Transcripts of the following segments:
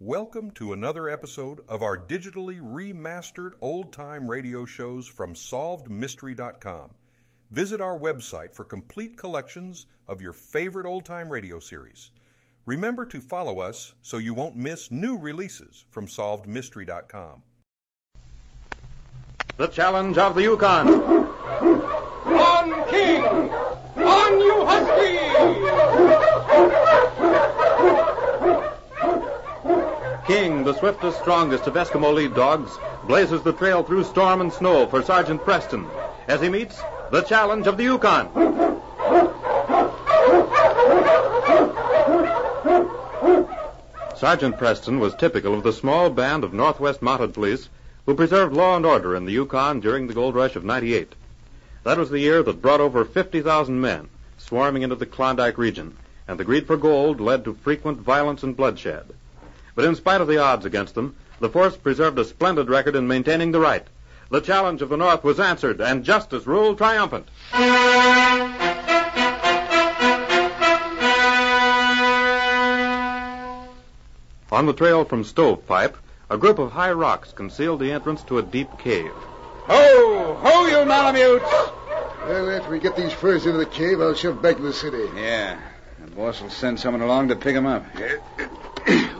Welcome to another episode of our digitally remastered old time radio shows from SolvedMystery.com. Visit our website for complete collections of your favorite old time radio series. Remember to follow us so you won't miss new releases from SolvedMystery.com. The challenge of the Yukon. On King! On you Husky! King, the swiftest, strongest of Eskimo lead dogs, blazes the trail through storm and snow for Sergeant Preston as he meets the challenge of the Yukon. Sergeant Preston was typical of the small band of Northwest Mounted Police who preserved law and order in the Yukon during the gold rush of 98. That was the year that brought over 50,000 men swarming into the Klondike region, and the greed for gold led to frequent violence and bloodshed. But in spite of the odds against them, the force preserved a splendid record in maintaining the right. The challenge of the North was answered, and justice ruled triumphant. On the trail from Stovepipe, a group of high rocks concealed the entrance to a deep cave. Ho! Ho, you Malamutes! Well, after we get these furs into the cave, I'll shove back to the city. Yeah. The boss will send someone along to pick him up.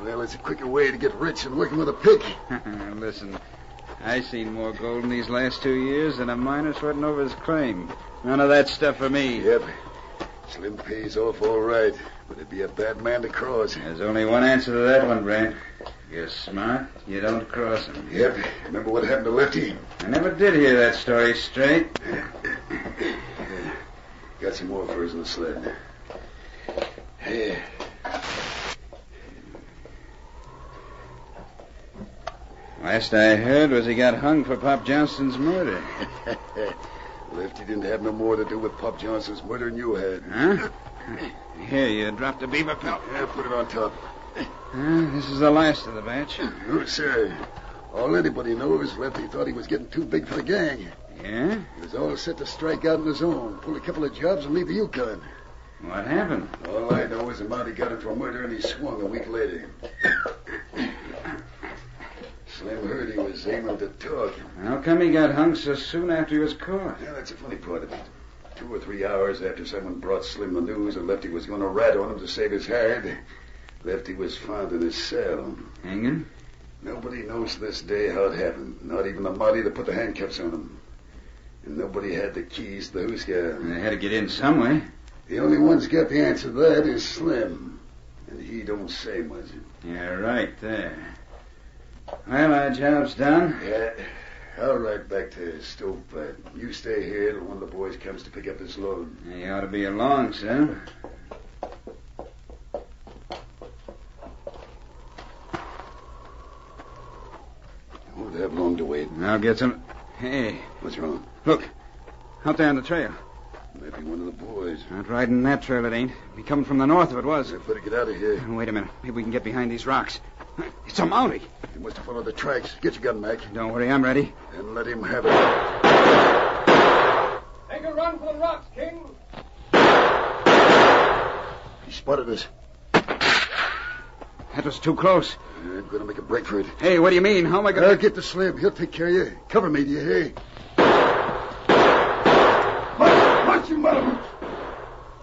well, it's a quicker way to get rich than working with a pig. Listen, I seen more gold in these last two years than a miner sweating over his claim. None of that stuff for me. Yep. Slim pays off all right, but it'd be a bad man to cross. There's only one answer to that one, Brad. You're smart. You don't cross him. Yep. Remember what happened to Lefty? I never did hear that story straight. Got some more furs in the sled. Yeah. Last I heard was he got hung for Pop Johnston's murder. Lefty didn't have no more to do with Pop Johnson's murder than you had. Huh? Here, you dropped a beaver pelt. Yeah, put it on top. Huh? This is the last of the batch. Oh, sir. All anybody knows, Lefty thought he was getting too big for the gang. Yeah? He was all set to strike out on his own, pull a couple of jobs, and leave the Yukon. What happened? All I know is the Monty got into a murder and he swung a week later. Slim heard he was aiming to talk. How come he got hung so soon after he was caught? Now, that's the funny part of it. Two or three hours after someone brought Slim the news that Lefty was going to rat on him to save his hide, Lefty was found in his cell. Hanging? Nobody knows to this day how it happened, not even the Monty that put the handcuffs on him. And nobody had the keys to the Huska. They had to get in some way. The only one's got the answer to that is Slim. And he don't say much. Yeah, right there. Well, our job's done. Yeah. I'll ride back to Stovepipe. You stay here till one of the boys comes to pick up his load. You ought to be along, son. I won't have long to wait. I'll get some. Hey, What's wrong? look. Out there on the trail. Might be one of the boys. Not riding that trail, it ain't. Be coming from the north if it was. I better get out of here. Wait a minute. Maybe we can get behind these rocks. It's a Mountie. He must have followed the tracks. Get your gun, Mac, Don't worry, I'm ready. and let him have it. Make a run for the rocks, King! He spotted us. That was too close. I'm going to make a break for it. Hey, what do you mean? How am I I'll going to... get the slim. He'll take care of you. Cover me, do you hear? March, march, you mother.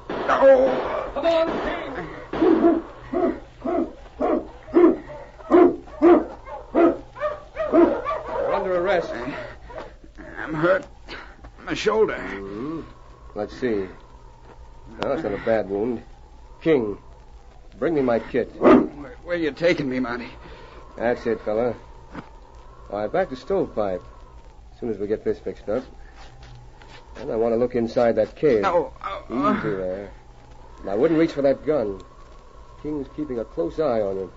Oh! Come on, King! You're under arrest. Uh, I'm hurt. My shoulder. Hmm. Let's see. No, it's not a bad wound. King, bring me my kit. Where, where you taking me, Monty? That's it, fella. All right, back to stovepipe. As soon as we get this fixed up. And I want to look inside that cave. No. Oh, oh. Easy there. And I wouldn't reach for that gun. King's keeping a close eye on you.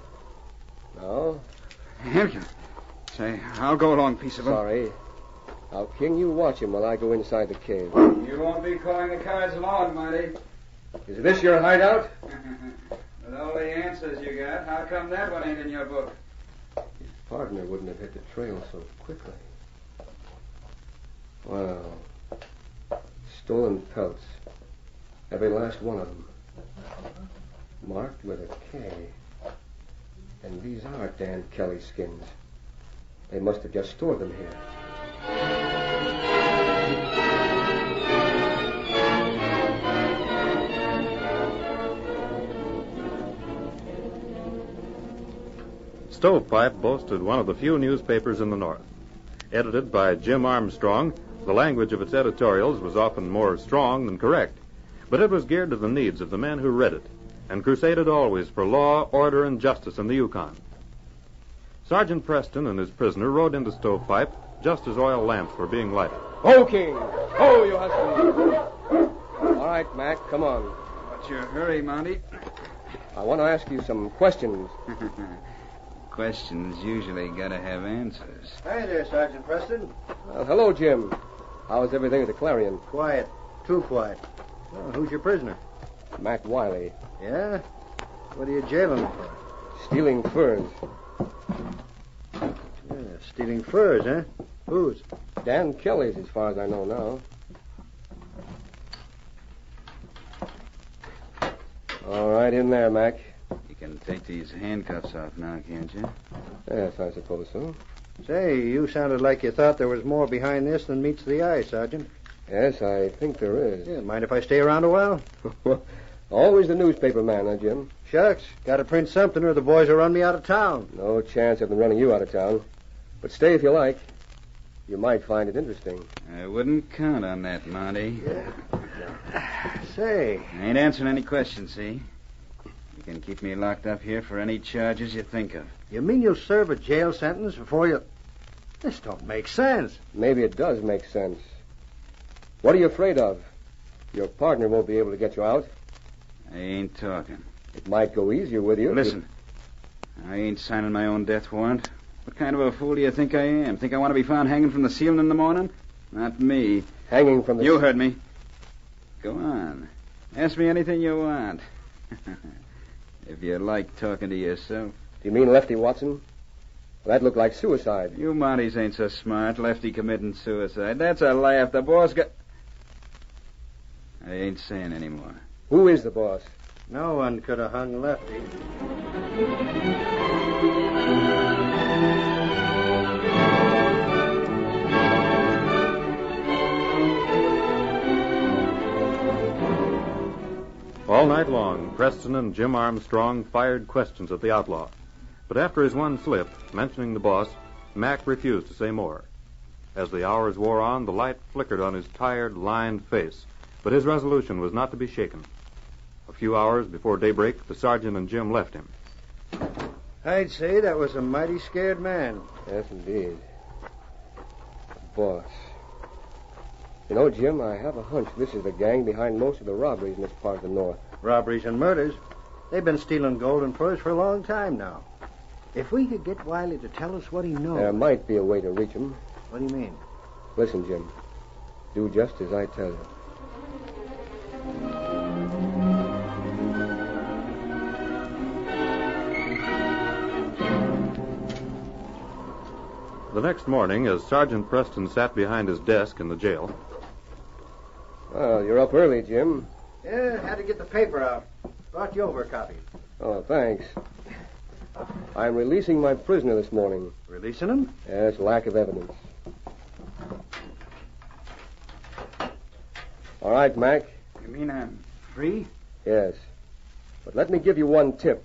No, Hampton. Say, I'll go along, piece of sorry. Now, King, you watch him while I go inside the cave. You won't be calling the cards alone, Marty. Is this your hideout? With all the answers you got, how come that one ain't in your book? partner wouldn't have hit the trail so quickly. Wow. Stolen pelts. Every last one of them. Marked with a K. And these are Dan Kelly skins. They must have just stored them here. Stovepipe boasted one of the few newspapers in the North. Edited by Jim Armstrong, the language of its editorials was often more strong than correct, but it was geared to the needs of the men who read it and crusaded always for law, order, and justice in the Yukon. Sergeant Preston and his prisoner rode into Stovepipe just as oil lamps were being lighted. Ho, King! Ho, you husband! All right, Mac, come on. What's your hurry, Monty? I want to ask you some questions. Questions usually gotta have answers. Hi there, Sergeant Preston. Well, hello, Jim. How's everything at the Clarion? Quiet. Too quiet. Well, who's your prisoner? Mac Wiley, Yeah? What are you jailing him for? stealing furs. Yeah, stealing furs, huh? Whose? Dan Kelly's, as far as I know now. All right, in there, Mac. You can take these handcuffs off now, can't you? Yes, I suppose so. Say, you sounded like you thought there was more behind this than meets the eye, Sergeant. Yes, I think there is. Yeah, mind if I stay around a while? Always the newspaper man, huh, Jim? Shucks, gotta print something or the boys will run me out of town. No chance of them running you out of town. But stay if you like. You might find it interesting. I wouldn't count on that, Monty. Say, I ain't answering any questions, see? You can keep me locked up here for any charges you think of. you mean you'll serve a jail sentence before you... This don't make sense. Maybe it does make sense. What are you afraid of? Your partner won't be able to get you out. I ain't talking. It might go easier with you. if you- Listen, I ain't signing my own death warrant. What kind of a fool do you think I am? Think I want to be found hanging from the ceiling in the morning? Not me. hanging from the. You heard me. Go on. Ask me anything you want. if you like talking to yourself. Do you mean Lefty Watson? That looked like suicide. You Monties ain't so smart. Lefty committing suicide. That's a laugh. The boss got. I ain't saying anymore. Who is the boss? No one could have hung Lefty. All night long, Preston and Jim Armstrong fired questions at the outlaw. But after his one slip, mentioning the boss, Mac refused to say more. As the hours wore on, the light flickered on his tired, lined face, but his resolution was not to be shaken. A few hours before daybreak, the sergeant and Jim left him. I'd say that was a mighty scared man. Yes, indeed. The boss. You know, Jim, I have a hunch this is the gang behind most of the robberies in this part of the North. robberies and murders. They've been stealing gold and furs for a long time now. If we could get Wiley to tell us what he Oh. knows. There might be a way to reach 'em. What do you mean? Listen, Jim. Do just as I tell you. The next morning, as Sergeant Preston sat behind his desk in the jail, Well, you're up early, Jim. Yeah, had to get the paper out. Brought you over a copy. Oh, thanks. I'm releasing my prisoner this morning. Releasing him? Yes, lack of evidence. All right, Mac. You mean um, I'm free? Yes. But let me give you one tip.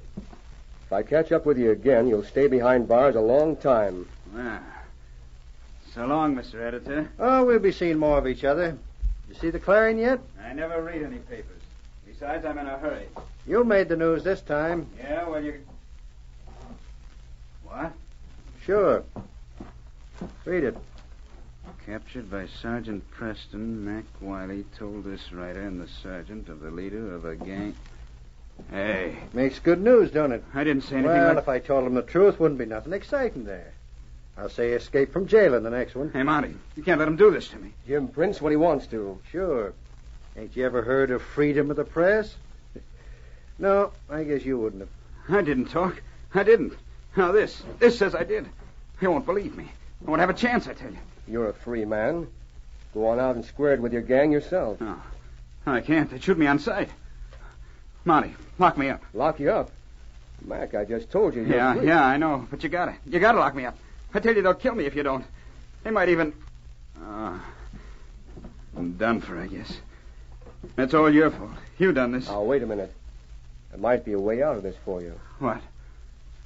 If I catch up with you again, you'll stay behind bars a long time. Well, so long, Mr. Editor. Oh, we'll be seeing more of each other. You see the Clarion yet? I never read any papers. Besides, I'm in a hurry. You made the news this time. Yeah, well, you. What? Sure. Read it. Captured by Sergeant Preston, Mac Wiley told this writer and the sergeant of the leader of a gang. Hey, Makes good news, don't it? I didn't say anything Well, like if I told him the truth, wouldn't be nothing exciting there. I'll say escape from jail in the next one. Hey, Monty, you can't let him do this to me. Jim Prince, what he wants to. Sure. Ain't you ever heard of freedom of the press? No, I guess you wouldn't have. I didn't talk. I didn't. Now, this. This says I did. You won't believe me. I won't have a chance, I tell you. You're a free man. Go on out and square it with your gang yourself. I can't. They shoot me on sight. Monty, lock me up. Lock you up. Mac, I just told you. you're Yeah, free. yeah, I know. But you gotta. You gotta lock me up. I tell you, they'll kill me if you don't. They might even. Ah. I'm done for, I guess. That's all your fault. You done this. Now, wait a minute. There might be a way out of this for you. What?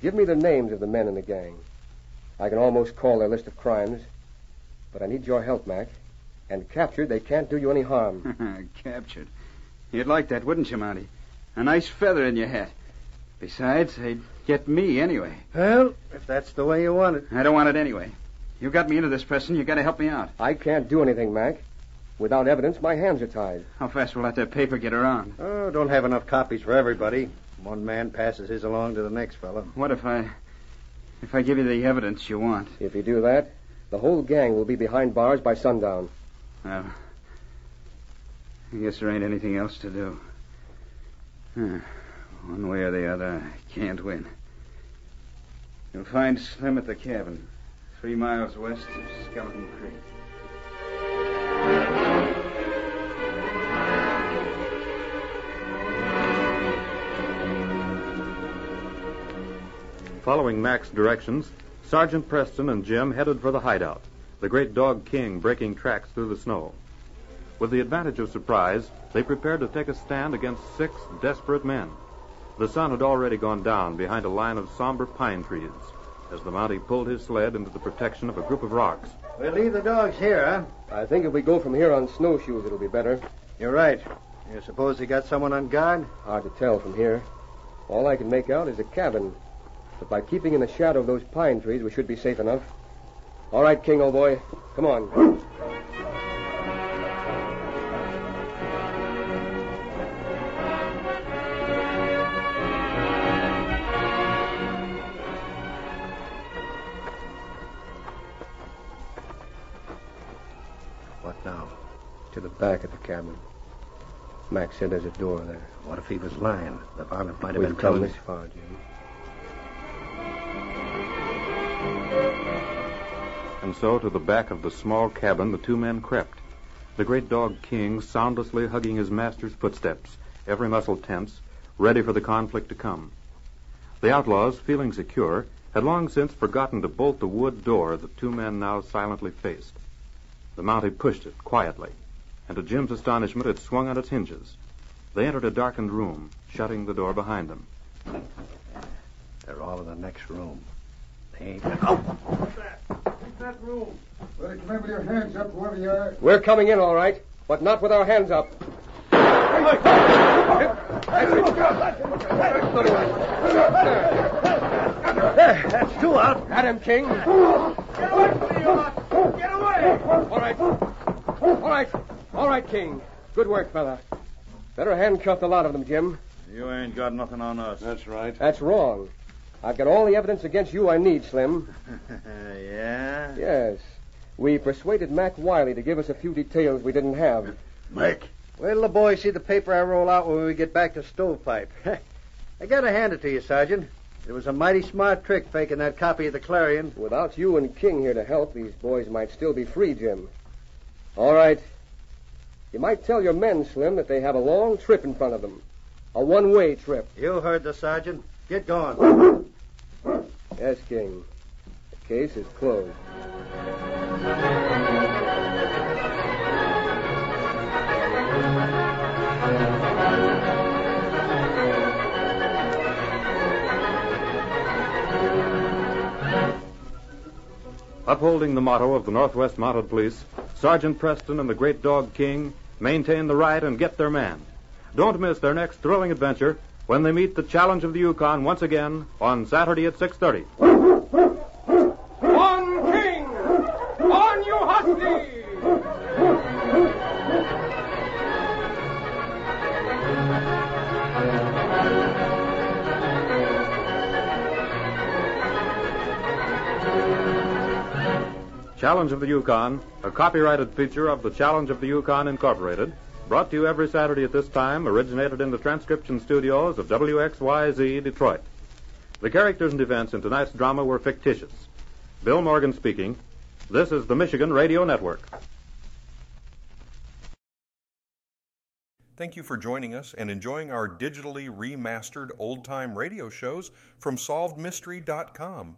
Give me the names of the men in the gang. I can almost call their list of crimes, but I need your help, Mac. And captured, they can't do you any harm. Captured. You'd like that, wouldn't you, Monty? A nice feather in your hat. Besides, they'd get me anyway. Well, if that's the way you want it. I don't want it anyway. You got me into this, Preston. You gotta help me out. I can't do anything, Mac. Without evidence, my hands are tied. How fast will that there paper get around? Oh, don't have enough copies for everybody. One man passes his along to the next fellow. What if I. If I give you the evidence you want? If you do that, the whole gang will be behind bars by sundown. Well, I guess there ain't anything else to do. Huh. One way or the other, I can't win. You'll find Slim at the cabin, three miles west of Skeleton Creek. Following Mac's directions, Sergeant Preston and Jim headed for the hideout, the great dog King breaking tracks through the snow. With the advantage of surprise, they prepared to take a stand against six desperate men. The sun had already gone down behind a line of somber pine trees as the Mountie pulled his sled into the protection of a group of rocks. We'll leave the dogs here, huh? I think if we go from here on snowshoes, it'll be better. You're right. You suppose they got someone on guard? Hard to tell from here. All I can make out is a cabin. But by keeping in the shadow of those pine trees, we should be safe enough. All right, King, old boy. Come on. What now? To the back of the cabin. Mac said there's a door there. What if he was lying? The varmint might have been We've come telling us. this far, Jim. And so to the back of the small cabin the two men crept, the great dog King soundlessly hugging his master's footsteps, every muscle tense, ready for the conflict to come. The outlaws, feeling secure, had long since forgotten to bolt the wood door the two men now silently faced. The Mountie pushed it quietly, and to Jim's astonishment it swung on its hinges. They entered a darkened room, shutting the door behind them. They're all in the next room. They ain't. Oh! Let it remember your hands up, whoever you are. We're coming in, all right, but not with our hands up. That's two out. At him, King. Get away! All right. All right. All right, King. Good work, fella. Better handcuff the lot of them, Jim. You ain't got nothing on us. That's right. That's wrong. I've got all the evidence against you I need, Slim. yeah? Yes. We persuaded Mac Wiley to give us a few details we didn't have. Mac, Wait till the boys see the paper I roll out when we get back to Stovepipe. I gotta hand it to you, Sergeant. It was a mighty smart trick faking that copy of the Clarion. Without you and King here to help, these boys might still be free, Jim. All right. You might tell your men, Slim, that they have a long trip in front of them. A one-way trip. You heard the sergeant. Get going. Yes, King. The case is closed. Upholding the motto of the Northwest Mounted Police, Sergeant Preston and the Great Dog King maintain the right and get their man. Don't miss their next thrilling adventure when they meet the challenge of the Yukon once again on Saturday at 6:30. On King! On you husky! Challenge of the Yukon, a copyrighted feature of the Challenge of the Yukon Incorporated, brought to you every Saturday at this time, originated in the transcription studios of WXYZ Detroit. The characters and events in tonight's drama were fictitious. Bill Morgan speaking. This is the Michigan Radio Network. Thank you for joining us and enjoying our digitally remastered old time radio shows from SolvedMystery.com.